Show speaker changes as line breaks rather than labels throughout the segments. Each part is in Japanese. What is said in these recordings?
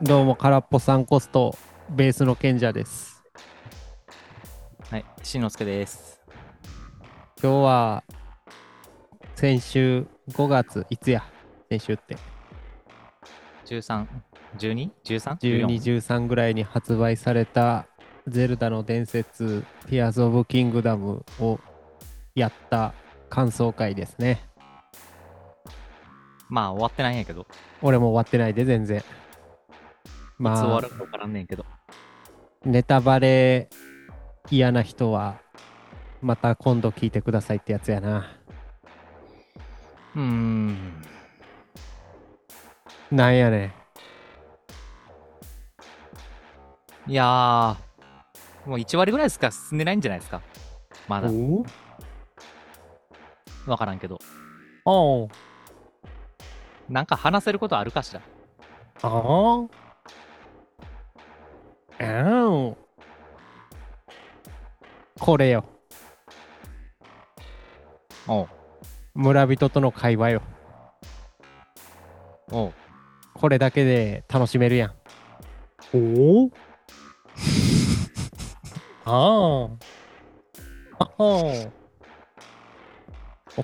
どうも、空っぽさんコスト、ベースの賢者です。
はい、しんのすけです。
今日は、先週5月、いつや先週って、
13、12、13、
12、
14
13ぐらいに発売された、ゼルダの伝説、ティアーズ・オブ・キングダムをやった感想会ですね。
まあ終わってないんやけど、いつ
俺も終わってないで、全然。ま
終わ
あ、
るか分からんねんけど。
ネタバレ嫌な人は、また今度聞いてくださいってやつやな。
うーん。
なんやねん。
いやー、もう1割ぐらいしか進んでないんじゃないですか。まだ、
お
分からんけど。
おう
なんか話せることあるかしら。
ああうん。これよ。
おう、
村人との会話よ。
おう。
これだけで楽しめるやん。おお ああ。ああ。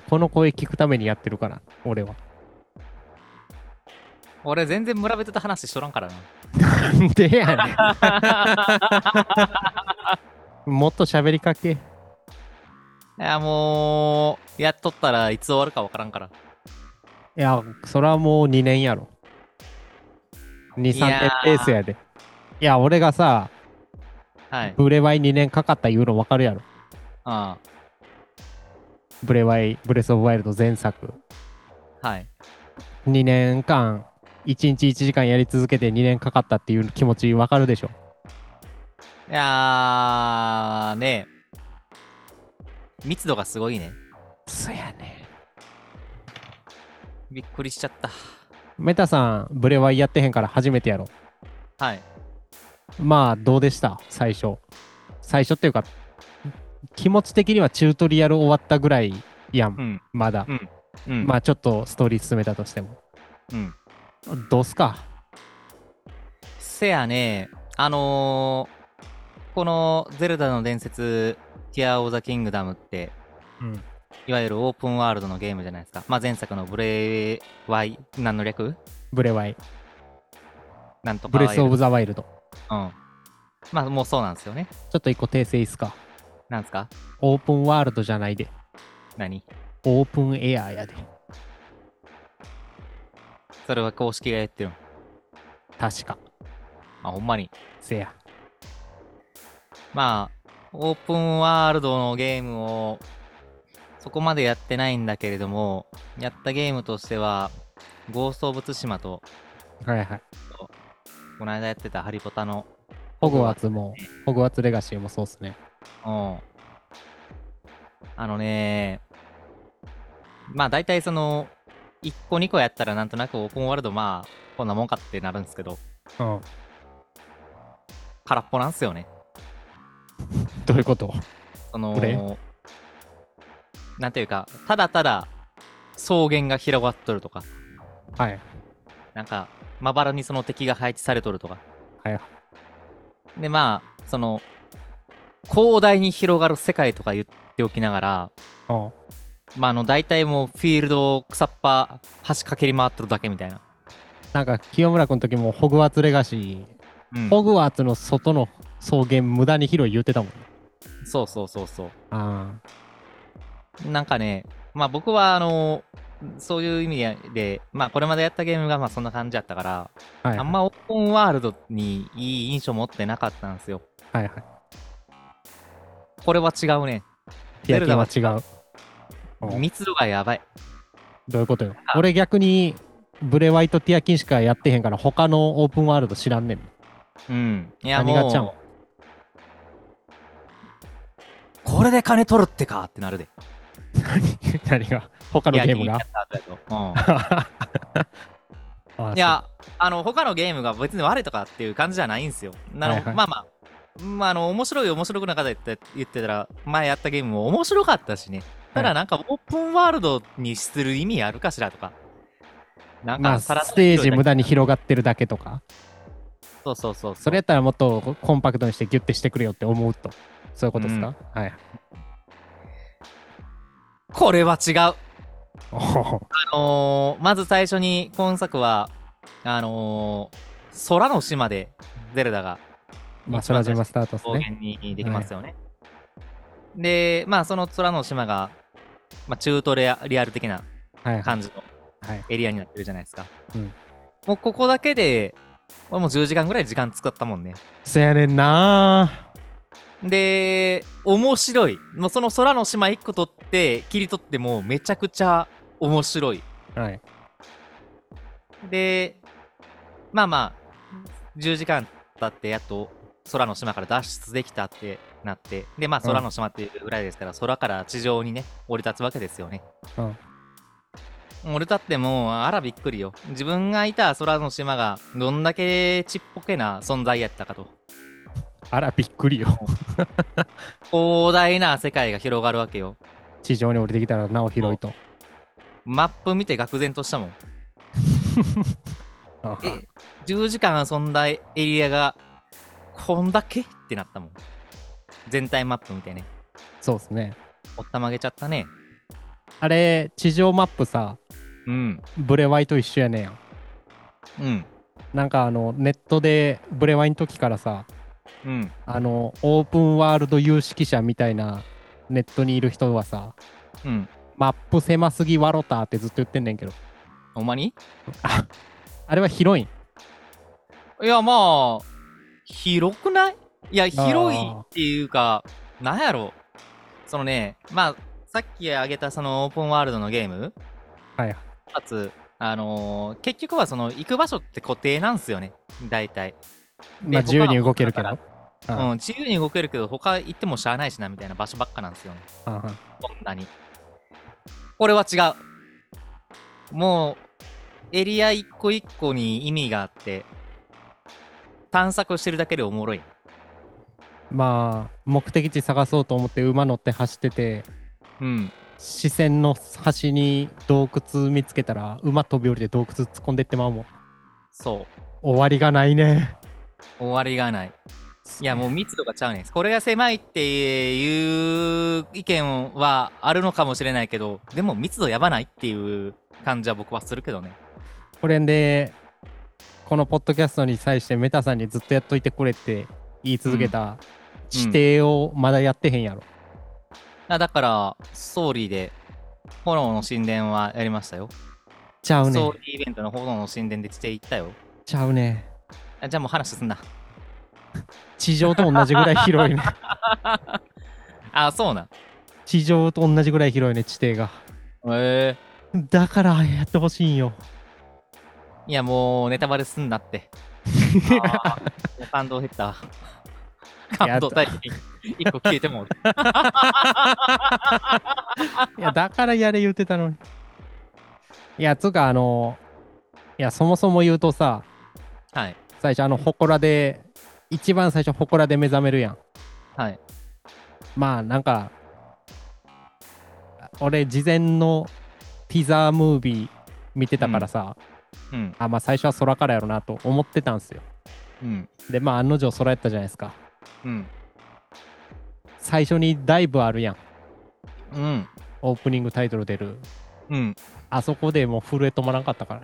この声聞くためにやってるから、俺は。
俺全然村人と話しとらんからな。
なんでやねん。 もっと喋りかけ。
いや、もう、やっとったらいつ終わるか分からんから。
いや、それはもう2年やろ。2、
いや
3
ー
年ペースやで。いや、俺がさ、
はい。
ブレワイ2年かかった言うの分かるやろ。
あ
ブレワイ、ブレス・オブ・ワイルド前作。
あ、はい。
2年間、1日1時間やり続けて2年かかったっていう気持ち分かるでしょ。
いやー、ねえ密度がすごいね。
そやね。
びっくりしちゃった。
メタさん、ブレワイやってへんから初めてやろ。
はい。
まあ、どうでした最初。最初っていうか、気持ち的にはチュートリアル終わったぐらいやん、
ん。
まだ。
うん。
まあ、ちょっとストーリー進めたとしても。
うん。
どうすか
せやね、あのーこのゼルダの伝説、ティア・オブ・ザ・キングダムって、
うん。
いわゆるオープンワールドのゲームじゃないですか。まあ、前作のブレワイ、何の略
ブレワイ。
なんとか
ブレス・オブ・ザ・ワイルド。ち
ワイルドうん。まあ、もうそうなんですよね。
ょっと一個訂正いいっすか。
なんですか
オープンワールドじゃないで。
何
オープンエアーやで。
それは公式がやってるの。
確か。
あ、ほんまに。
せや。
まあ、オープンワールドのゲームを、そこまでやってないんだけれども、やったゲームとしては、ゴースト・オブ・ツシマと、
はいはい。
この間やってたハリポタの、
ホグワーツも、ホグワーツ・レガシーもそうっすね。
うん。あのね、まあ大体その、1個2個やったらなんとなくオープンワールドまあ、こんなもんかってなるんですけど、
うん。
空っぽなんすよね。
どういうこと
そ
これ
の、なんていうか、ただただ草原が広がっとるとか、
はい。
なんか、まばらにその敵が配置されとるとか。
はい。
で、まあ、その、広大に広がる世界とか言っておきながら、
うん。
まあ、あの、大体もうフィールドを草っぱ、端かけり回っとるだけみたいな。
なんか、清村君の時もホグワーツ・レガシー、
うん
ホグワーツの外の草原無駄に広い言うてたもんね。
そうそうそうそ
あ
う。なんかね、まあ僕は、あの、そういう意味で、まあこれまでやったゲームがまあそんな感じだったから、
あ。はい。
あんまオープンワールドにいい印象持ってなかったんですよ。
はいはい。
これは違うね。
テ
ゼルダは
ィアは違う。うん
密度がやばい。
どういうことよ俺逆にブレワイトティアキンしかやってへんから他のオープンワールド知らんねん。
うん。いや、
何
も
がちゃ
う
う、
これで金取るってかってなるで。
何が他の
いや
ゲームが
聞いた後やとう ん
あ
いや、あの、他のゲームが別に悪いとかっていう感じじゃないんですよ。なの、
はいはい
まあまあ、まあ、あの、面白い面白くなかったって言ってたら、前やったゲームも面白かったしね。た
は
だなんか、オープンワールドにする意味あるかしらとか。な
そう、
ん
ま
か
あ、
さらっと
ステージ無駄に広がってるだけとか。
そうそうそうう。
それやったらもっとコンパクトにしてギュッてしてくれよって思うと。そういうことですか、はい。
これは違う。あ
おほほ
のーまず最初に今作は、あのー空の島でゼルダが
まあ、空島スタートです
草
ね。
原にできますよね。で、まあその空の島が、まあ、中トレリアル的な
はい。はい。
感じのエリアになってるじゃないですか。
うん
もうここだけで、俺もう10時間ぐらい時間使ったもんね。
せやねんな
で、面白い。もうその空の島1個取って、切り取ってもめちゃくちゃ面白い。
ーはい。
で、まあまあ、10時間経ってやっと空の島から脱出できたってなって、で、まあ
うん
空の島っていうぐらいですから、空から地上にね、降り立つわけですよね。
うん
降り立ってもう、あらびっくりよ。自分がいた空の島が、どんだけちっぽけな存在やったかと。
あら、びっくりよ。
広大な世界が広がるわけよ。
地上に降りてきたらなお広いと。
マップ見て愕然としたもん。
あ
え、10時間遊んだエリアが、こんだけってなったもん。全体マップみたいね。
そうですね。
おったまげちゃったね。
あれ、地上マップさ、
うん。
ブレワイと一緒やねんや。
うん。
なんかあの、ネットでブレワイの時からさ、
うん。
あの、オープンワールド有識者みたいなネットにいる人はさ、
うん。
マップ狭すぎワロタってずっと言ってんねんけど、
ほんまに
あれは広いん。
いや、まあ、広くないいや、広いっていうか、なんやろそのね、まあ、さっき挙げたそのオープンワールドのゲーム、
はい。
かつ、あのー結局はその行く場所って固定なんすよね、大体。
まあ、自由に動けるけど。
他
あ
はうん、自由に動けるけど、他行ってもしゃあないしなみたいな場所ばっかなんですよね。
あ
こんなに。これは違う。もう、エリア一個一個に意味があって、探索してるだけでおもろい。
まあ、目的地探そうと思って馬乗って走ってて、
うん。
視線の端に洞窟見つけたら、馬飛び降りて洞窟突っ込んでってまうもん。
そ
終わりがないね。
う。終わりがない。いや、もう密度がちゃうねん。これが狭いっていう意見はあるのかもしれないけど、でも密度やばないっていう感じは僕はするけどね。
これで、このポッドキャストに際してメタさんにずっとやっといてくれって言い続けた指定をまだやってへんやろ。
あだから、ストーリーで、炎の神殿はやりましたよ。
ちゃう
ス
ね
トー。リーイベントの炎の神殿でしていったよ。
ちゃうね。
あじゃあもう話すんな。
地上と同じぐらい広 いね。
あ、そうなん。
地上と同じぐらい広いね、地底が。
え
だからやってほしいんよ。
いや、もうネタバレすんな って。あーもう感動減った。感動大気に一個消えてもうて。
いや、だからやれ言ってたのに。いや、つうか、あの、いや、そもそも言うとさ、
はい。
最初、あの、祠で、一番最初、祠で目覚めるやん。
はい。
まあ、なんか、俺、事前のティザームービー見てたからさ、
うん。
あ、まあ、最初は空からやろなと思ってたんすよ。
うん。
で、まあ、案の定空やったじゃないですか。
うん。
最初にダイブあるやん。
うん。
オープニングタイトル出る。
うん。
あそこでもう震え止まらんかったから。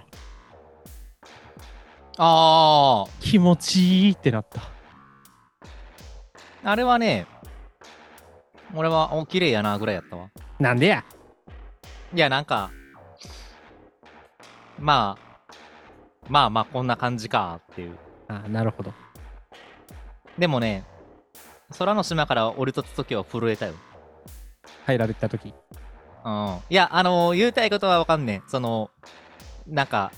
あ
気持ちいいってなった。
あ。あれはね、俺は、お、綺麗やな、ぐらいやったわ。
なんでや
いや、なんか、まあ、まあまあ、こんな感じか、っていう。
あなるほど。
でもね、空の島から降り立つときは震えたよ。
入られた時
うんいや、あのー言いたいことはわかんねえ。その、なんか、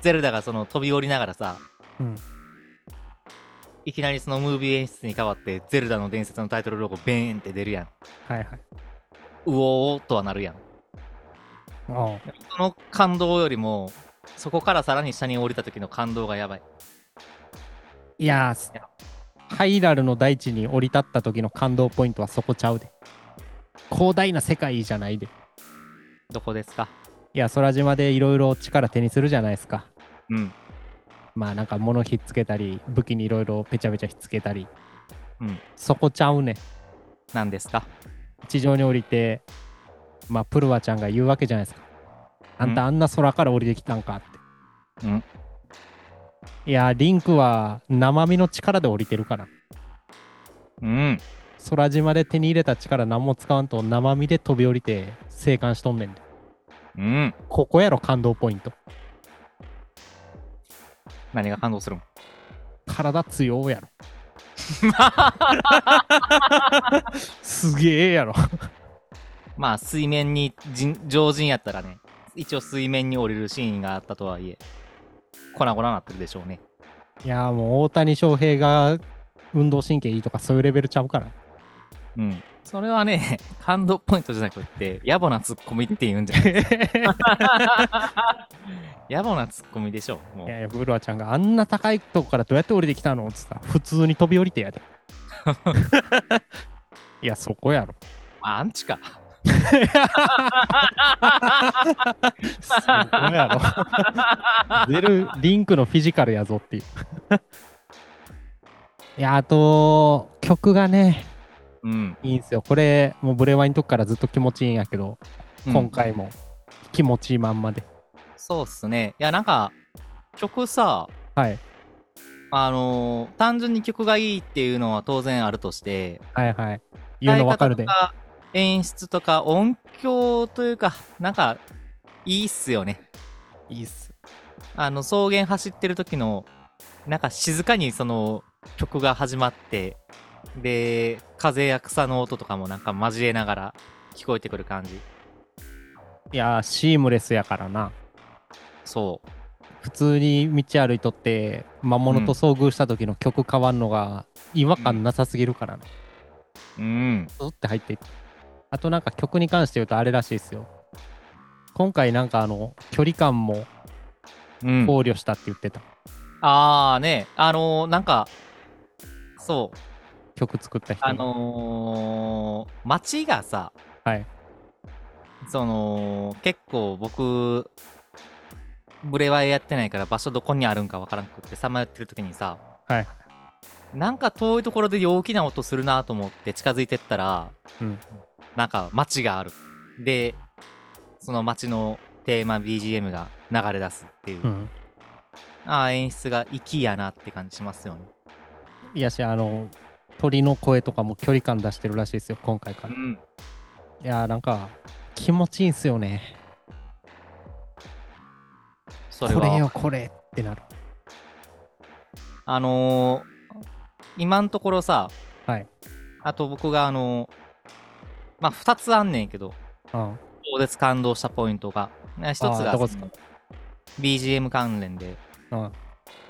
ゼルダがその飛び降りながらさ、
うん。
いきなりそのムービー演出に変わって、ゼルダの伝説のタイトルロゴ、ベーンって出るやん。う
はいはい。
おーとはなるやん。
あ
その感動よりも、そこからさらに下に降りた時の感動がやばい。
いやーすハイラルの大地に降り立った時の感動ポイントはそこちゃうで。広大な世界じゃないで。
どこですか
いや、空島でいろいろ力手にするじゃないですか。
うん。
まあなんか物ひっつけたり武器にいろいろペチャペチャひっつけたり、
うん、
そこちゃうねん
なんですか
地上に降りてまあプルワちゃんが言うわけじゃないですかあん
う
たあんな空から降りてきたんかって
うん
いやリンクは生身の力で降りてるから
うん
空島で手に入れた力何も使わんと生身で飛び降りて生還しとんねんで
うん
ここやろ感動ポイント
何が感動するの
体強 やろすげえやろ
まあ水面に人常人やったらね一応水面に降りるシーンがあったとはいえ粉々なってるでしょうね
いやもう大谷翔平が運動神経いいとかそういうレベルちゃうから
うんそれはね 感動ポイントじゃなくって野暮なツッコミって言うんじゃ ないですか野暮なツッコミでしょうも
いうやいやブルワちゃんがあんな高いとこからどうやって降りてきたのってさ普通に飛び降りてやで いやそこやろ
アンチか
そこや ろ出るリンクのフィジカルやぞっていういやあと曲がね
うん、
いいんすよこれもうブレワイのとこからずっと気持ちいいんやけど、
うん
今回も気持ちいいまんまで
そうっすねいやなんか曲さ
はい
あのー単純に曲がいいっていうのは当然あるとして
はいはい言うのわかるで
歌い方とか演出とか音響というかなんかいいっすよね
いいっす
あの草原走ってる時のなんか静かにその曲が始まってで風や草の音とかもなんか交えながら聞こえてくる感じ
いやーシームレスやからな
そう
普通に道歩いとって魔物と遭遇した時の曲変わんのが違和感なさすぎるからね、
うん
スーって入っていくあとなんか曲に関して言うとあれらしいですよ今回なんかあの距離感も
うん
考慮したって言ってた、
ああねあのーなんかそう
曲作った人が
あのー、街がさ、
はい
その結構僕ブレワイやってないから場所どこにあるんかわからんくってさまよってる時にさ
はい
なんか遠いところで陽気な音するなと思って近づいてったら、
うん
なんか街があるでその街のテーマ BGM が流れ出すっていう、
うん
ああ演出が粋やなって感じしますよね
いやしあの鳥の声とかも距離感出してるらしいですよ今回からい
ん
やーなんか気持ちいいんすよね
それ
これ
は
よこれってなる
あのー今のところさ、
はい
あと僕があのーまあ2つあんねんけど
うん
超絶感動したポイントが1つ
あー
が
どこっすか
BGM 関連で
うん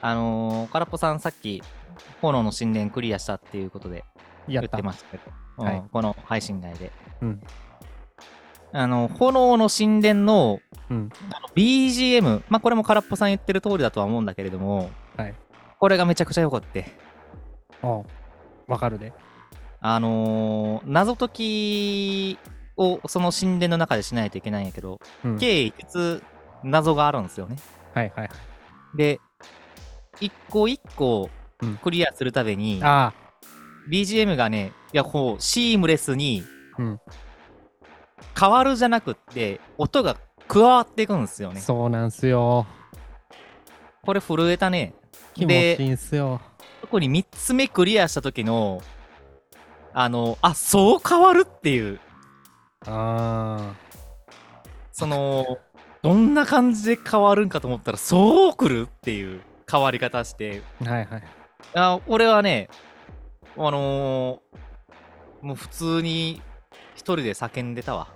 あのー、空っぽさんさっき炎の神殿クリアしたっていうことで
や
言
っ
って
た
ましたけど、うん
はい
この配信内で、
うん
あの炎の神殿の
うん
あの BGM、まあ、これも空っぽさん言ってる通りだとは思うんだけれども、
はい
これがめちゃくちゃ良かった。
うんわかるで
あのー謎解きをその神殿の中でしないといけないんやけど、
うん
計5つ謎があるんですよね。
はいはいはい
で、一個一個
うん
クリアするたびに、
あ
BGM がね、いや、こう、シームレスに
うん、
変わるじゃなくって、音が加わっていくんですよ
あ、
ね。
そうなんすよ。
これ震えたね。
気持
で
ちいいんすよ。
特に3つ目クリアした時の、あの、あ、そう変わるっていう、
あ
その、どんな感じで変わるんかと思ったら、そう来るっていう変わり方して、
あ、はいはい。
あ俺はね、あのーもう普通に一人で叫んでたわ。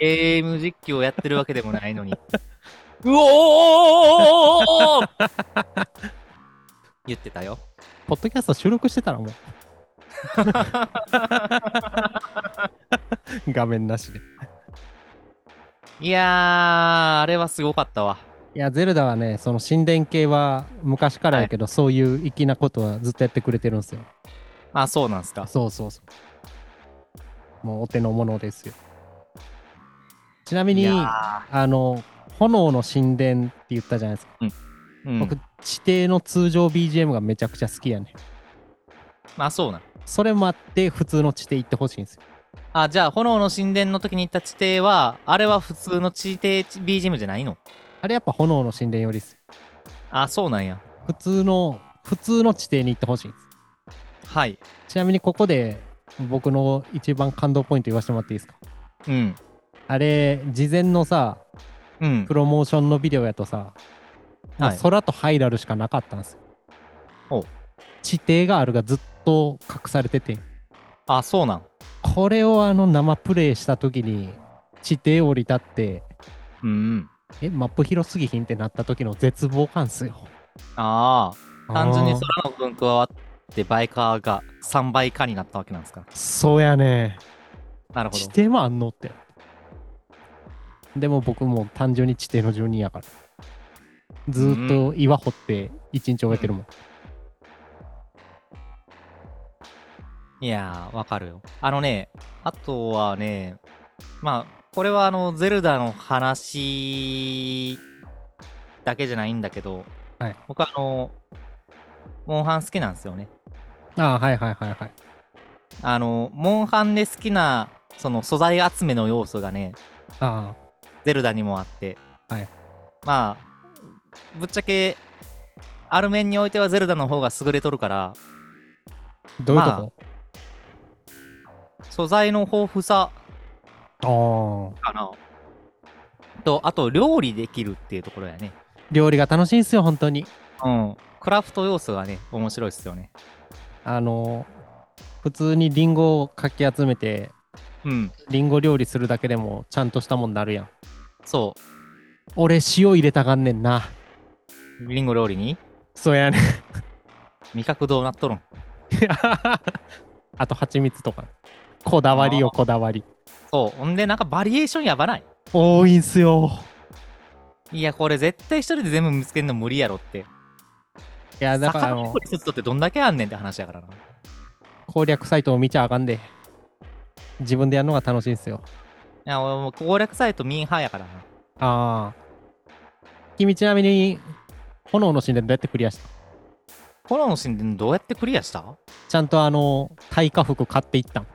ゲーム実況やってるわけでもないのに。うおー言ってたよ。
ポッドキャスト収録してたら もう。画面なしで。
いやー、あれはすごかったわ。
いや、ゼルダはね、その神殿系は昔からやけど、そういう粋なことはずっとやってくれてるんですよ。
あ、そうなんすか。
そうそうそう。もうお手の物ですよ。ちなみ
い
に、
や
あの、炎の神殿って言ったじゃないですか。
ーうん、
僕、地底の通常 BGM がめちゃくちゃ好きやねん
まあそうなん。
それもあって普通の地底行ってほしいんですよ
あ、じゃあ、炎の神殿の時に行った地底は、あれは普通の地底 BGM じゃないの
あれやっぱ炎の神殿よりっす
あ、そうなんや。
普通の普通の地底に行ってほしいんです
はい。
ちなみにここで僕の一番感動ポイント言わせてもらっていいですか
うん。
あれ事前のさ
うん
プ。ロモーションのビデオやとさ、まあ
はい
空とハイラルしかなかったんですよ
ほう
地底があるがずっと隠されてて
あ、そうなん。
これをあの生プレイした時に地底降り立って
うんうん。
えマップ広すぎひんってなった時の絶望感っすよ
ああ。単純に
あー
空の部分加わって、バイカーが3倍化になったわけなんですか。
そうやね
なるほ
地
ど。
底もあんのってでも僕も単純に地底の住人やからずーっと岩掘って一日終えてるもん、
いやー、わかるよ。あのね、あとはね、まあ、これはあの、ゼルダの話だけじゃないんだけど、
はい
僕あの、モンハン好きなんですよね。
ああはいはいはいはい
あの、モンハンで好きな、その素材集めの要素がね、
あ
ゼルダにもあって、
はい
まあ、ぶっちゃけ、ある面においてはゼルダの方が優れとるか
あ
ら、
どういうとこ、
素材の豊富さ
あー
かな。と、あと、料理できるっていうところやね。
料理が楽しいんすよ本当に
うん。クラフト要素がね、面白いっすよね。
あの普通にリンゴをかき集めて
うん。
リンゴ料理するだけでもちゃんとしたもんなるやん
そ
俺塩入れたがんねんな
う。リンゴ料理に
そうやね
味覚どうなっとるん
あと蜂蜜とかこだわりよ
あ
こだわり
そう。ほんで、なんかバリエーションやばない。
多いんすよ
いや、これ絶対一人で全部見つけるの無理やろって。
いやだからあ
魚
の
料理一つとってどんだけあんねんって話やからな。
攻略サイトを見ちゃあかんで自分でやるのが楽しいんすよ
いや、俺もう攻略サイトミンハーやからな。
ああ君ちなみに炎の神殿どうやってクリアした
炎の神殿どうやってクリアしたあ
ちゃんとあの耐火服買っていったん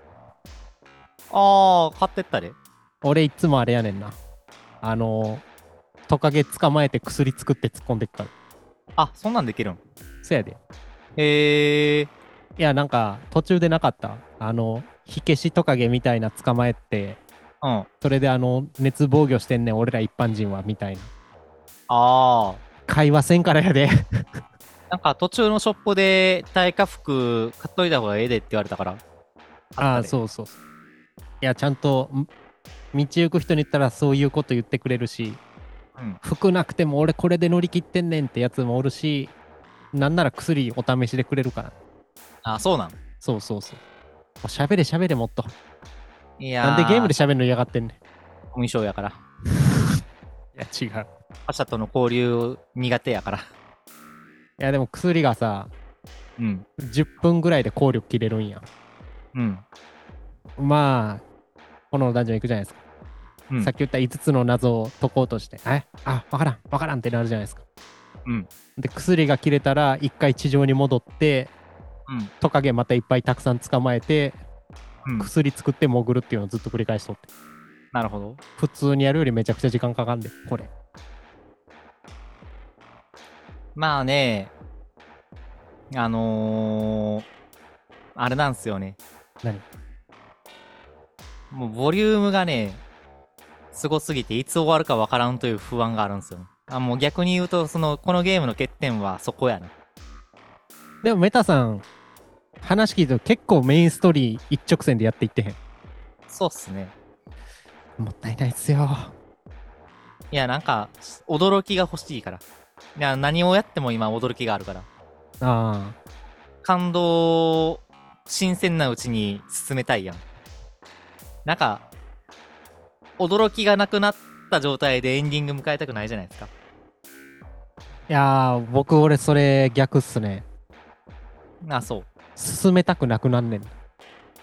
あ、買ってったで。
俺いつもあれやねんなあのトカゲ捕まえて薬作って突っ込んでっから
あ、そんなんできるん。
そやで
へえ。
いやなんか途中でなかったあの火消しトカゲみたいな捕まえて
うん。あ
それであの熱防御してんねん俺ら一般人はみたいな
あ。
会話せんからやで
なんか途中のショップで耐火服買っといた方がええでって言われたから。
ああ
う。
そうそうそういやちゃんとん道行く人に言ったらそういうこと言ってくれるし
うん。
服なくても俺これで乗り切ってんねんってやつもおるしなんなら薬お試しでくれるから
あ、そうなん。
そうそうそうもう喋れ喋れもっと
いや
なんでゲームで
し
喋るの嫌がってんね
ょ衣装やから。
ん。いや、違う。
他者との交流苦手やから。
いや、でも薬がさ、
うん。
10分ぐらいで効力切れるんや。
うん。
まあ、このダンジョン行くじゃないですか。
うん
さっき言った5つの謎を解こうとして、えあ、わからん、わからんってなるじゃないですか。
うん。
で、薬が切れたら、一回地上に戻って、
うん
トカゲまたいっぱいたくさん捕まえて、
うん
薬作って潜るっていうのをずっと繰り返しとって。
なるほど。
普通にやるよりめちゃくちゃ時間かかんで、これ。
まあね、あのー、あれなんですよね。
何
もうボリュームがね、すごすぎていつ終わるかわからんという不安があるんですよ。あもう逆に言うと、その、このゲームの欠点はそこやな。
でも、メタさん、話聞いても結構メインストーリー一直線でやっていってへん。
そうっすね。
もったいないっすよ。
いや、なんか、驚きが欲しいから。いや、何をやっても今驚きがあるから。
あ
感動を新鮮なうちに進めたいやん。なんか、驚きがなくなった状態でエンディング迎えたくないじゃないですか。
あ。いやー、僕、俺、それ逆っすね。
あ、そう。
進めたくなくなんねん。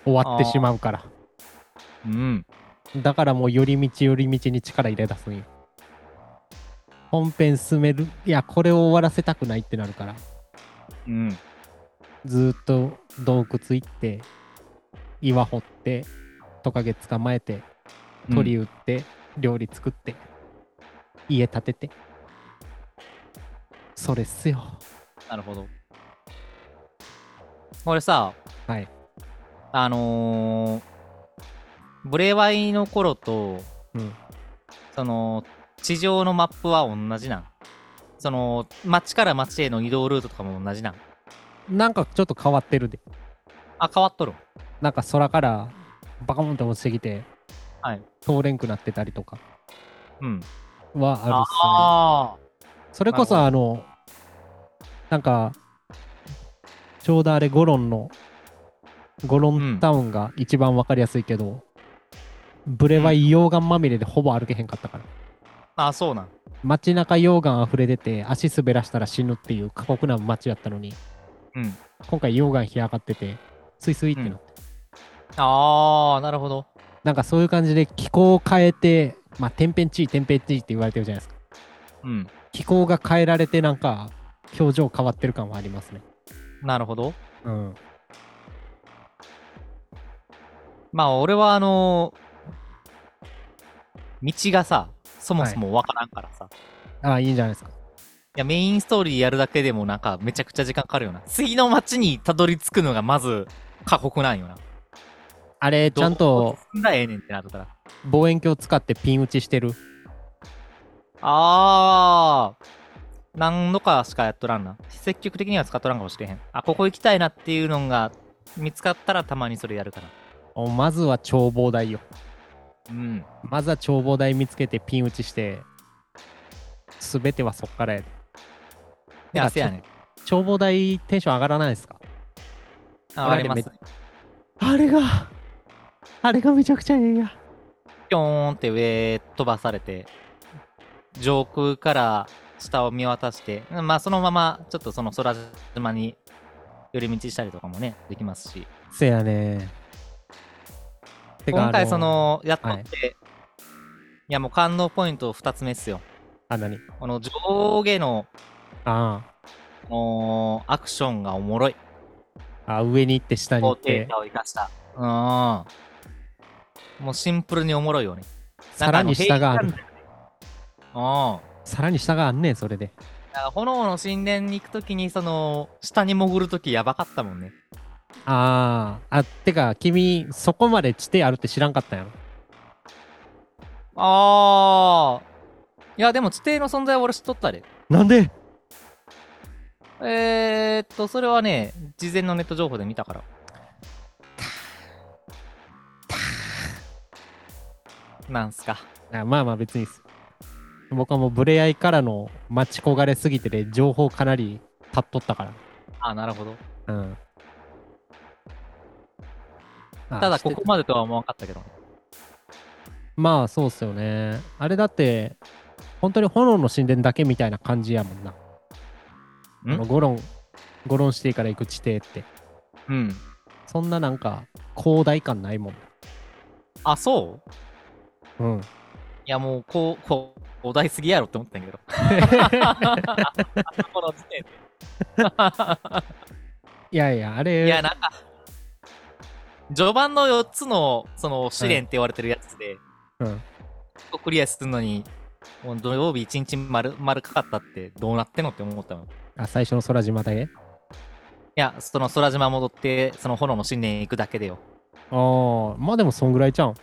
終わってしまうから。
うん。
だからもう、寄り道寄り道に力入れ出すんよ。本編進めるいやこれを終わらせたくないってなるから
うん。
ずーっと洞窟行って岩掘ってトカゲ捕まえて鳥
うん
打って、料理作って家建ててそれっすよ
なるほど。これさ、
はい
あのー、ブレワイの頃と、
うん
その、地上のマップは同じなんその、町から町への移動ルートとかも同じなん
なんかちょっと変わってるで
あ、変わっとるん
なんか空からバカモンって落ちてきて、
はい
通れんくなってたりとか
うん。
はあるっすね
ああ。
それこそ
な
あのなんかちょうどあれゴロンのゴロンタウンが一番わかりやすいけど、ブレは溶岩まみれでほぼ歩けへんかったから
あ、そうなん。
街中溶岩溢れ出て足滑らしたら死ぬっていう過酷な街やったのに
うん。
今回溶岩干上がっててスイスイってなって、
ああ、なるほど。
なんかそういう感じで気候を変えてまあ天変地異天変地異って言われてるじゃないですか
うん。
気候が変えられてなんか表情変わってる感はありますね
なるほど。
うん
まあ、俺はあのー道がさ、そもそもわからんからさ。
ああいいんじゃないですか
いや、メインストーリーやるだけでもなんかめちゃくちゃ時間かかるよな。次の街にたどり着くのがまず過酷なんよな。
あれちゃんと
どうだええねんってなるから。
望遠鏡使ってピン打ちしてる
あー。何度かしかやっとらんな。積極的には使っとらんかもしれへん。あ、ここ行きたいなっていうのが見つかったらたまにそれやるから。
おまずは眺望台よ
うん。
まずは眺望台見つけてピン打ちして全てはそっからやで
いや、せやねん。
眺望台テンション上がらないですか
ああります。
あれが、あれがめちゃくちゃええや。
ぴょーんって上飛ばされて、上空から下を見渡して、まあそのままちょっとその空島に寄り道したりとかもね、できますし、
せやね。てか
今
あ
回そ、の、やっとって、
はい
い、やもう感動ポイント2つ目っすよ。
あ、何
この上下の、
あ
あのーアクションがおもろい。
ああ、上に行って下に行
高
っ
低
て、
差を生かした。うん。もうシンプルにおもろいよね。
さらに下がある
なん。かあの。うん。
さらに下があんねん、それで。
だから炎の神殿に行くときに、その、下に潜るときやばかったもんね。
ああ、あ、てか、君、そこまで地底あるって知らんかったんやろ。
ああ。いや、でも地底の存在は俺知っとったで。
なんで
えー、っと、それはね、事前のネット情報で見たから。なんすか。
あまあまあ、別にいいっす。僕はもう、ブレアイからの待ち焦がれすぎてで、情報かなり立っとったか
あなるほど。
ら。うん。あ
ただ、
知って
ここまでとは思わんかったけどね。
まあそうっすよね。あれだって、本当に炎の神殿だけみたいな感じやもんな。
ん
あのゴロン、ゴロンシティから行く地底って。
うん。
そんななんか広大感ないもん。
あ、そう
うん。
いや、もう、こう、こう、お題すぎやろって思ったんやけど。 この時点で。
いやいや、あれ、
いや、なんか、序盤の4つの、その、試練って言われてるやつで、
うん、
クリアするのに、もう土曜日1日丸、丸かかったって、どうなってんのって思ったの。い
あ最初の空島だけ
や、その空島戻って、その炎の新年行くだけでよ。
ああ、まあでもそんぐらいちゃうん。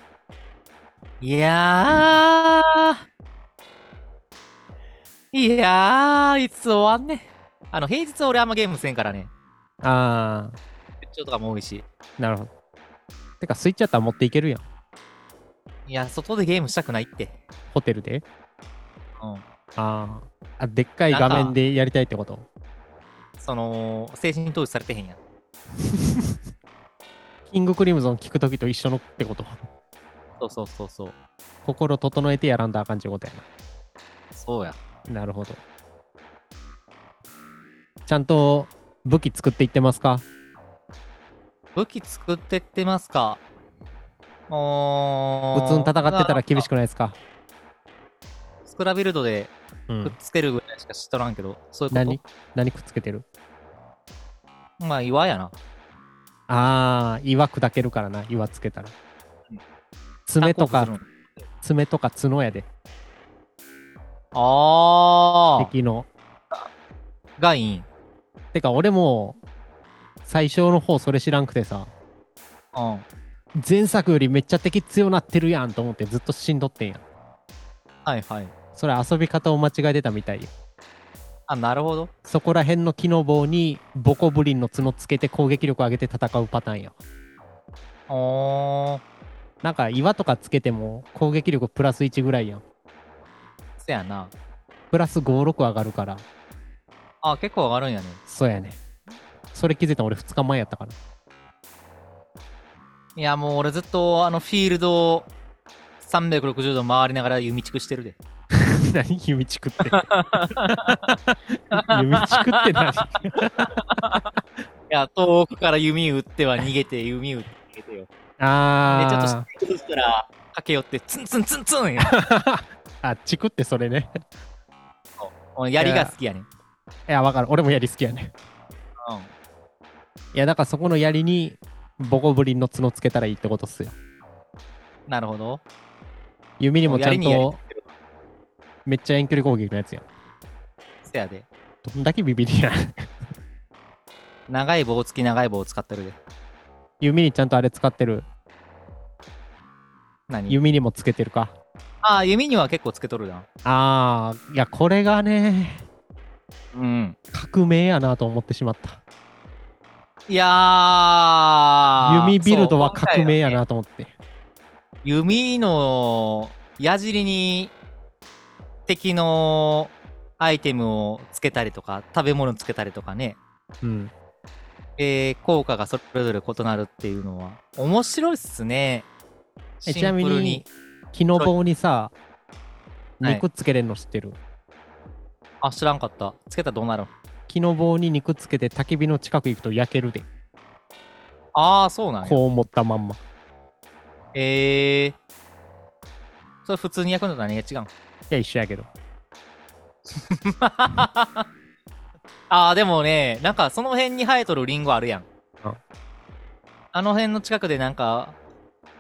いやー、いやー、いつ終わんねん。あの、平日は俺あんまゲームせんからね。
あ
出張とかも多いし。
あ、なるほど。てか、スイッチやったら持っていけるやん。
いや、外でゲームしたくないって。
ホテルで。
うん。
ああ。あ、でっかい画面でやりたいってこと
その、精神統一されてへんやん。
キングクリムゾン聞くときと一緒のってこと
そうそうそうそう。
心整えてやらんとあかんちゅうことやな。
そうや。
なるほど。ちゃんと武器作っていってますか
武器作ってってますかお
普通に戦ってたら厳しく
く
ないですか
スクラビルドで
うん
くっつけるぐらいしか知っとらんけど、そういうこ
何何くっつけてる
とまあ岩やな。
ああ、岩砕けるからな、岩つけたら
うん。
爪とか、
タコするの
爪とか角やで、
あ
敵の。
あがいいん。
てか、俺も、最初の方それ知らんくてさ、
うん。
前作よりめっちゃ敵強なってるやんと思ってずっとしんどってんやん。
はいはい。
それ遊び方を間違えてたみたいよ。
あ、なるほど。
そこら辺の木の棒にボコブリンの角つけて攻撃力上げて戦うパターンや。
おー。
なんか岩とかつけても攻撃力プラス1ぐらいやん。
せやな。
プラス5、6上がるから。
あ、結構上がるんやね。
そうやね。それ気づいたの俺2日前やったから。
いや、もう俺ずっとあのフィールドを360度回りながら弓築してるで。
何弓地区って。弓地区って何
いや、遠くから弓打っては逃げて、弓打って逃げてよ。で、ちょっと
あ
ちょっとしたら駆け寄って、ツンツンツンツ ンや。
あ。あ、地区ってそれね。
もう槍が好きやねん。
いや、わかる。俺も槍好きやね。
うん。
いや、だからそこの槍にボコブリンの角つけたらいいってことっすよ。
なるほど。
弓にもちゃ
槍
ん
にやり
とめっちゃ遠距離攻撃のやつやん。
せやで。
どんだけビビりやん。
長い棒付き長い棒を使ってるで。
弓にちゃんとあれ使ってる。
何
弓にもつけてるか。
ああ、弓には結構つけとるな。
ああ、いや、これがね、
うん。
革命やなと思ってしまった。
いやー。
弓ビルドは
そう今回
革命やなと思って。
弓の矢尻に敵のアイテムをつけたりとか食べ物つけたりとかね、
うん。
えー効果がそれぞれ異なるっていうのは面白いっすねシ
え
ンプ
ちなみ
ル
に
に、
木の棒にさ、
はい
肉つけれんの知ってる、
あ知らんかったつけたらどうなるん
木の棒に肉つけて焚き火の近く行くと焼けるで。
ああそうなんや
こう持ったまんま。
えー、それ普通に焼くのと何が違うん
いや、一緒やけど。
ああでもねなんかその辺に生えとるリンゴあるやん
うん
あの辺の近くでなんか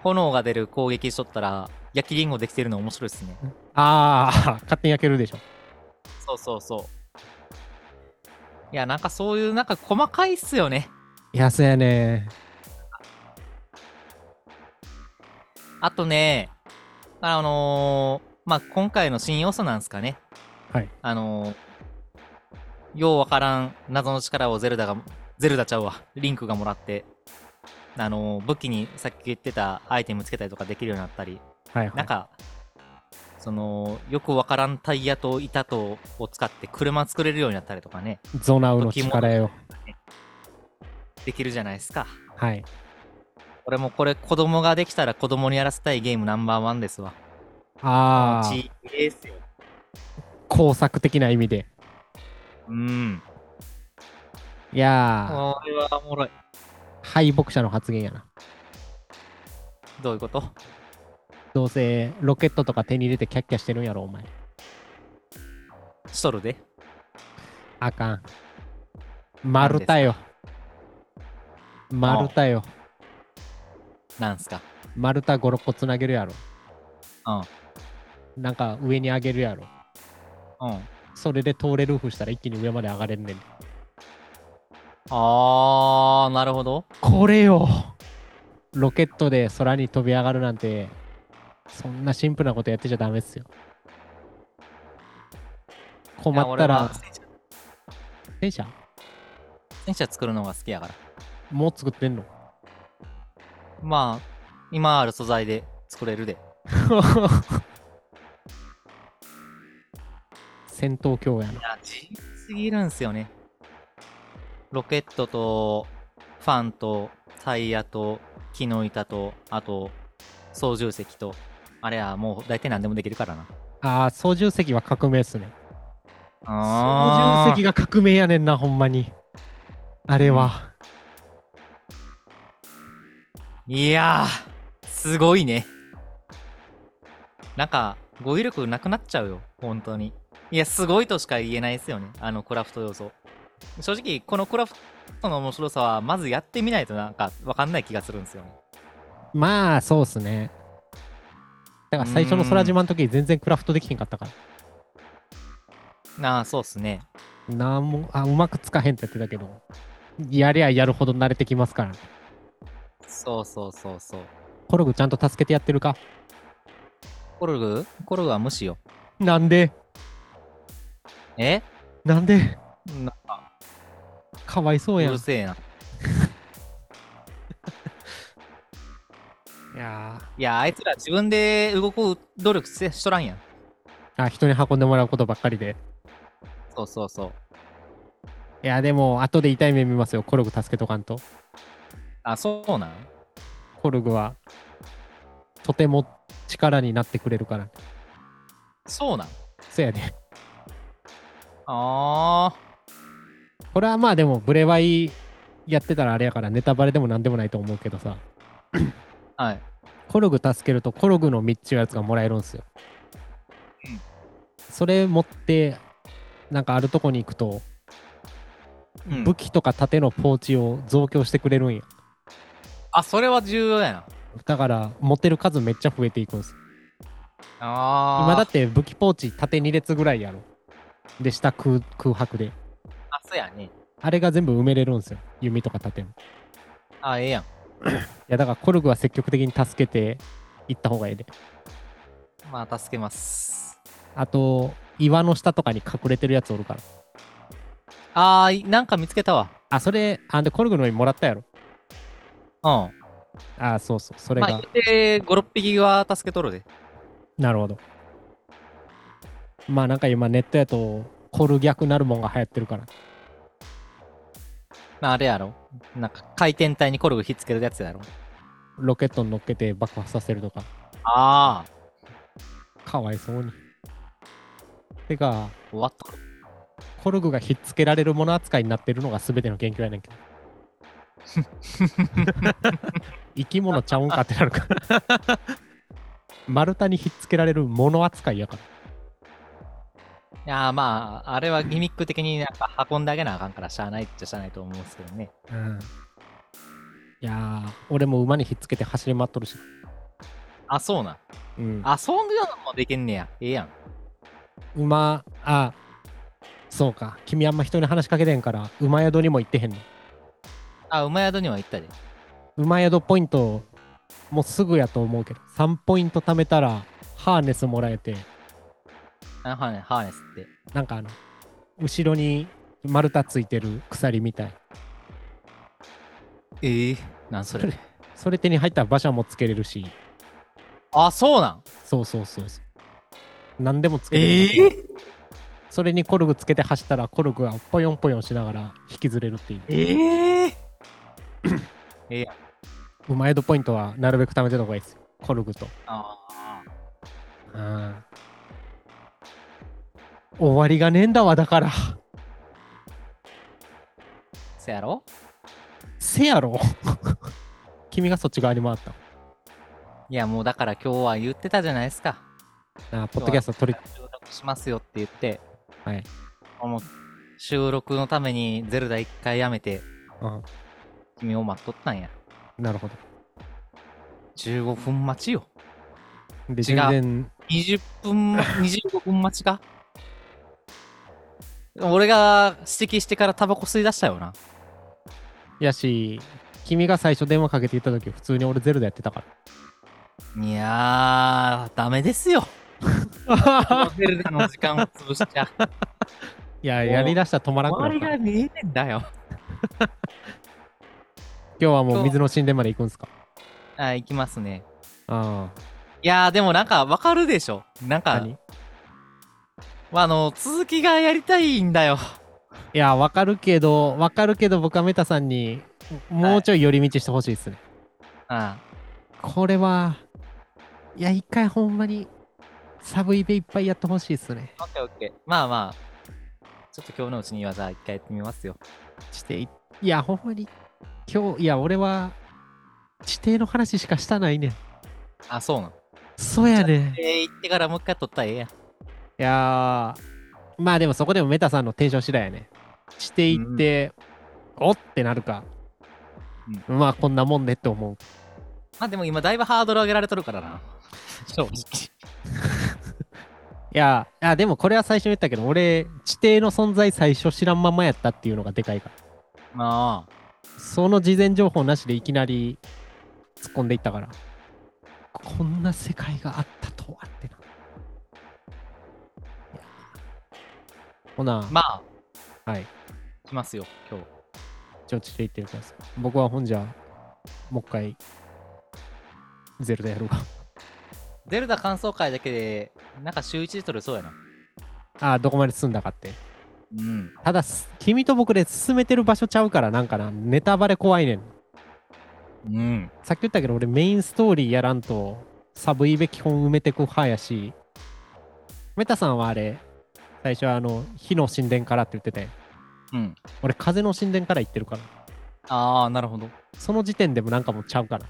炎が出る攻撃しとったら焼きリンゴできてるの面白いっすね
ああ、 勝手に焼けるでしょ。
そうそうそういやなんかそういうなんか細かいっすよね
いや、そうやね。
あとね、あのーまあ、今回の新要素なんですかね。
はい。
あのーようわからん謎の力をゼルダが、ゼルダちゃうわ、リンクがもらって、あのー武器にさっき言ってたアイテムつけたりとかできるようになったり、
はいは
ないん。か、その、よくわからんタイヤと板とを使って車作れるようになったりとかね、
ゾナウの力よ。
できるじゃないですか。
はい。
俺もこれ子供ができたら子供にやらせたいゲームナンバーワンですわ。
ああ、
ちいいですよ。
工作的な意味で。
うん。
いや
これはおもろい。
ー、敗北者の発言やな。
どういうこと
どうせロケットとか手に入れてキャッキャしてるんやろ、お前。
しとるで。
あかん。丸太よ。丸太よ。
なんすか。
丸太5、6個つなげるやろ。
うん。
なんか上に上げるやろ。
うん。
それで通れるふしたら一気に上まで上がれんねん。
あー、なるほど。
これよロケットで空に飛び上がるなんて、そんなシンプルなことやってちゃダメっすよ。困
いや
った
俺は
ら、
戦車
戦車
戦車作るのが好きやから。
もう作って んの
まあ、今ある素材で作れるで。
戦闘狂やな。
いや、自由すぎるんすよね。ロケットと、ファンと、タイヤと、木の板と、あと、操縦席と、あれはもう大体何でもできるからな。
ああ、操縦席は革命っすね。操
あ
縦席が革命やねんな、ほんまに。あれは。
いやー、すごいね。なんか、語彙力なくなっちゃうよ、本当に。いや、すごいとしか言えないですよね。あの、クラフト要素。正直、このクラフトの面白さは、まずやってみないとなんか、わかんない気がするんですよね。
まあ、そうっすね。だから最初の空島の時全然クラフトできへんかったから。
ああ、そうっすね。
なんも、あ、うまくつかへんって言ってたけど、やりゃやるほど慣れてきますから。
そうそうそうそう。
コログちゃんと助けてやってるか
コルグコルグは無視よ。
なんで
え
なんで
な
かわいそう
う
やん。
る
い
せえな。
や
いや、あいつら自分で動く努力せしとらんやん。
ーあ、人に運んでもらうことばっかりで。
そうそうそう。
いや、でも、後で痛い目見ますよ。コルグ助けとかんと。
あ、そうなん
コルグは、とても力になってくれるから。
そうなん
そやね。
あ
これはまあでも、ブレワイやってたらあれやから、ネタバレでもなんでもないと思うけどさ、
あ。はい。
コルグ助けるとコルグのミッチのやつがもらえるんすよ
うん。
それ持って、なんかあるとこに行くと、
うん
武器とか盾のポーチを増強してくれるんや。
あ、それは重要やな。
だから、持てる数めっちゃ増えていくんす。
ああ。
今だって武器ポーチ縦2列ぐらいやろ。で、下空空白で。
あ、そうやね。
あれが全部埋めれるんすよ。弓とか盾も。い
あ、ええやん。
や、だからコルグは積極的に助けていった方がいいで。
まあ、助けます。
あと、岩の下とかに隠れてるやつおるから。
あー、いなんか見つけたわ。
あ、それ、あんで、コルグのにもらったやろ。
う
あ、そうそう、そ
ん。
れ
ま
が。
あ、で、5、6匹は助けとるで。
なるほど。まあ、なんか今、ネットやと、コル逆なるもんが流行ってるから。
まあ、あれやろ。なんか、回転体にコルグひっつけるやつやろ。
ロケットに乗っけて爆破させるとか。
ああ。
かわいそうに。てか、
終わった。
コルグがひっつけられるもの扱いになってるのが全ての研究やねんけど。生き物ちゃうんかってなるから。丸太にひっつけられるもの扱いやから。
いやーまあ、あれはギミック的になんか運んであげなあかんから、しゃあないっちゃしゃあないと思うんですけどね。
うんいやー俺も馬にひっつけて走り回っとるし、
あ、そうなん。
うん、
あ、そういうのもできんねや。ええやん。
馬あそうか君あんま人に話しかけてんから馬宿にも行ってへんの
あ、馬宿には行ったで。
馬宿ポイントもうすぐやと思うけど3ポイント貯めたらハーネスもらえて
あハーネハーネスって。
なんかあの後ろに丸太ついてる鎖みたい
ええなんそれ。
それ手に入ったら馬車もつけれるし
あ、そうなん。
そうそうそうそう何でもつけ
え
れ
え
る、それにコルグつけて走ったらコルグがポヨンポヨンしながら引きずれるっていう
ええ
うまいドポイントはなるべく貯めてた方がいいですよ。コルグと。
ああ。
うん。終わりがねえんだわ、だから。
そやろ
せやろ。 君がそっち側に回った。
いや、もうだから今日は言ってたじゃないですか。
あポッドキャスト取り、
収録しますよって言って、
はい。
もう収録のためにゼルダ一回やめて、
うん。
君を待っとったんや。
なるほ
15分待ちよ。
ど。で、
違
全
う
然、
20分、25分待ちか俺が指摘してからタバコ吸い出したよな。
やし、君が最初電話かけていた時普通に俺ゼルダやってたか
いやー、ダメです よ。
ら。
ゼルダの時間を潰しちゃ。
いや、やりだしたら止まらんくな
周
る
り
から。
が見えてんだよ。
今日はもう水の神殿まで行くんすか。
あ、行きますね。
あ
いやー、でもなんかわかるでしょ。な
あ。
んか
何、い
あの、続きがやりたいんだよ。
や、わかるけど、わかるけど、僕はメタさんに、もうちょい寄り道してほしいですね。
うん。
これは、いや、一回ほんまに、サブイでいっぱいやってほしいっすね。
オッケーオッケー。まあまあ、ちょっと今日のうちに技一回やってみますよ。
してい、いや、ほんまに、今日、いや、俺は、地底の話しかしたないねん。
あ、そうなの。
そうやねん。い
えー、行ってからもう一回撮ったらええやん。
やー、まあでもそこでもメタさんのテンション次第やね。していって、おってなるか、まあこんなもんねって思う。
まあでも今だいぶハードル上げられとるからな。正直。
いや、いやでもこれは最初に言ったけど、俺、地底の存在最初知らんままやったっていうのがでかいから。
まあ、
その事前情報なしでいきなり突っ込んでいったから、こんな世界があったとはってな。いやほな、
まあ、
はい。
来ますよ、今日。
ちょ、地底行ってるからさ。僕はほんじゃ、もう一回、ゼルダやるわ。
ゼルダ感想会だけで、なんか週1で取れそうやな。
ああ、どこまで進んだかって。
うん。
ただ、す君と僕で進めてる場所ちゃうから、なんかな、ネタバレ怖いねん。
うん。
さっき言ったけど、俺メインストーリーやらんと、サブイベ基本埋めてく派やし、メタさんはあれ、最初はあの、火の神殿からって言ってて、
うん。
俺風の神殿から言ってるから、
ああ、なるほど。
その時点でもなんかもうちゃうから。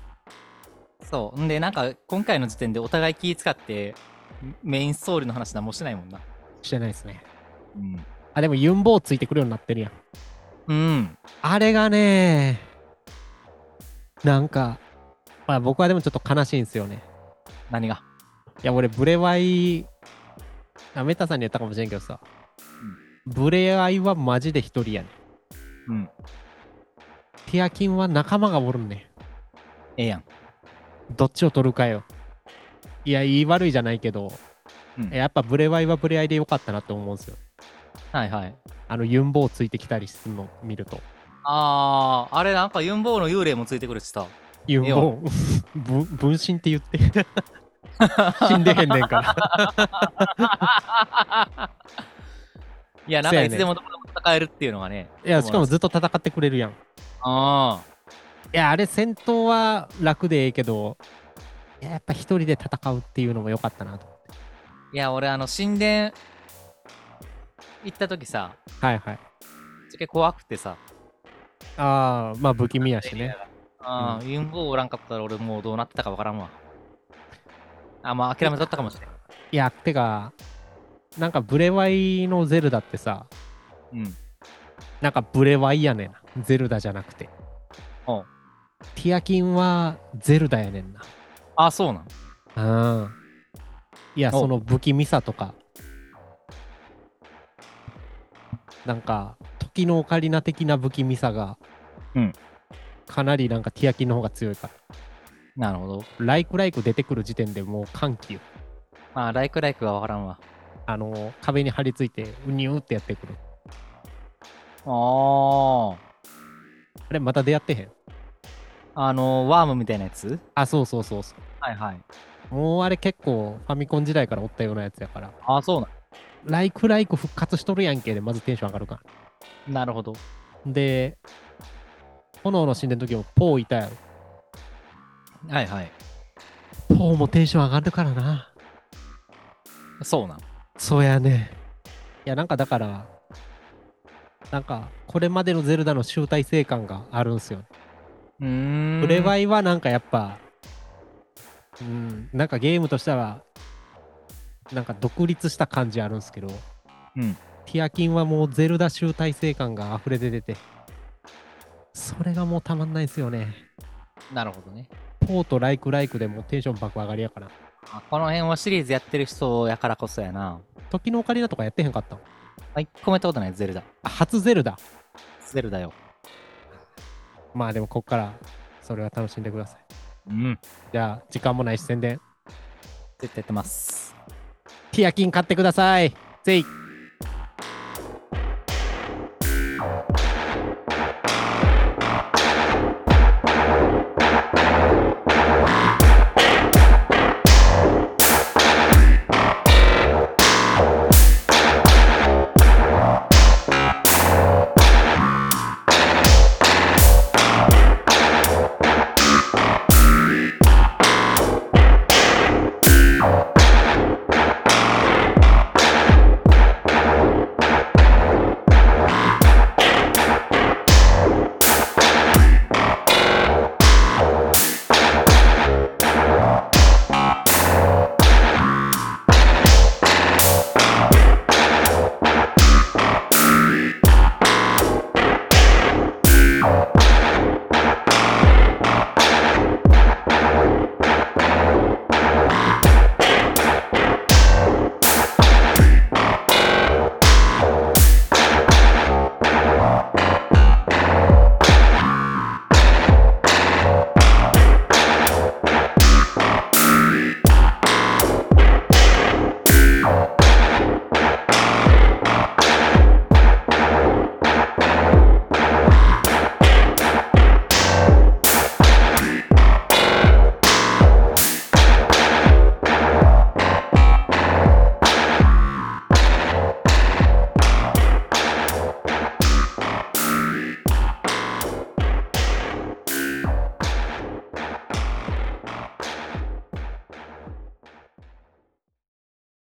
そう。んで、なんか、今回の時点でお互い気使って、メインストーリーの話なんもしてないもんな。
してないですね。
うん。
あ、でもユンボウついてくるようになってるやん。
うん。
あれがね、なんか、まあ僕はでもちょっと悲しいんですよね。
何が
いや、俺、ブレワイ、あ、メタさんに言ったかもしれんけどさ、ブレワイはマジで一人やね
うん。
ティアキンは仲間がおるんね
ええやん。
どっちを取るかよ。いや、言い悪いじゃないけど、
うん
やっぱブレワイはブレワイでよかったなと思うんですよ。
はいはい。
あの、ユンボウついてきたりするの見ると。
ああ、あれなんかユンボーの幽霊もついてくるしさ。
ユンボウ、 ぶ分身って言って。 死んでへんねんから。
いや、なん
そうや
か
ね
いつでもどこでも戦えるっていうのがね。
いや、しかもずっと戦ってくれるやん。い
ああ。
や、あれ、戦闘は楽でええけど、いややっぱ一人で戦うっていうのも良かったなと。
いや、俺、あの、神殿行った時さ、
はいはい。
ぶっちょけ怖くてさ。
ああ、まあ不気味やしね。
ああ、ユンボーおらんかったら俺もうどうなってたかわからんわ。あ、まあ諦めとったかもしれん。
いや、てか、なんかブレワイのゼルダってさ、
うん。
なんかブレワイやねんな。ゼルダじゃなくて。
おう
ティアキンはゼルダやねん
あ、そうなん。
な。うん。いや、
おう
その不気味さとか。なんか、時のオカリナ的な不気味さが、
うん
かなりなんかティアキンの方が強いから。
なるほど。
ライクライク出てくる時点でもう歓喜よ。
まあ、ライクライクはわからんわ。
あの、壁に張り付いて、うにゅうってやってくる。
あ
あれ、また出会ってへん。
あ。あの、ワームみたいなやつ
あ、そうそうそうそ
はいはい。
う。もうあれ結構ファミコン時代からおったようなやつやから。
あ、そうなん。
ライクライク復活しとるやんけで、まずテンション上がるか
なるほど。
ら。で、炎の神殿の時もポーいたやろ。
はいはい。
ポーもテンション上がるからな。
そうなん。
そうやね。いや、なんかだから、なんか、これまでのゼルダの集大成感があるんすよ。
うーん。
プレワイはなんかやっぱ、うん、なんかゲームとしては、なんか独立した感じあるんすけど、
うん。
ティアキンはもうゼルダ集大成感が溢れ出てて、それがもうたまんないですよね。
なるほどね。
ポーとライクライクでもうテンション爆上がりやから。
あこの辺はシリーズやってる人やからこそやな。
時のオカリナとかやってへんかったの
あ、一個もやったことない、ゼルダ。
あ初ゼルダ。
ゼルダよ。
まあでもこっからそれは楽しんでください。
うん。
じゃあ時間もないし宣伝。
絶対やってます。
ティアキン買ってください。ぜい。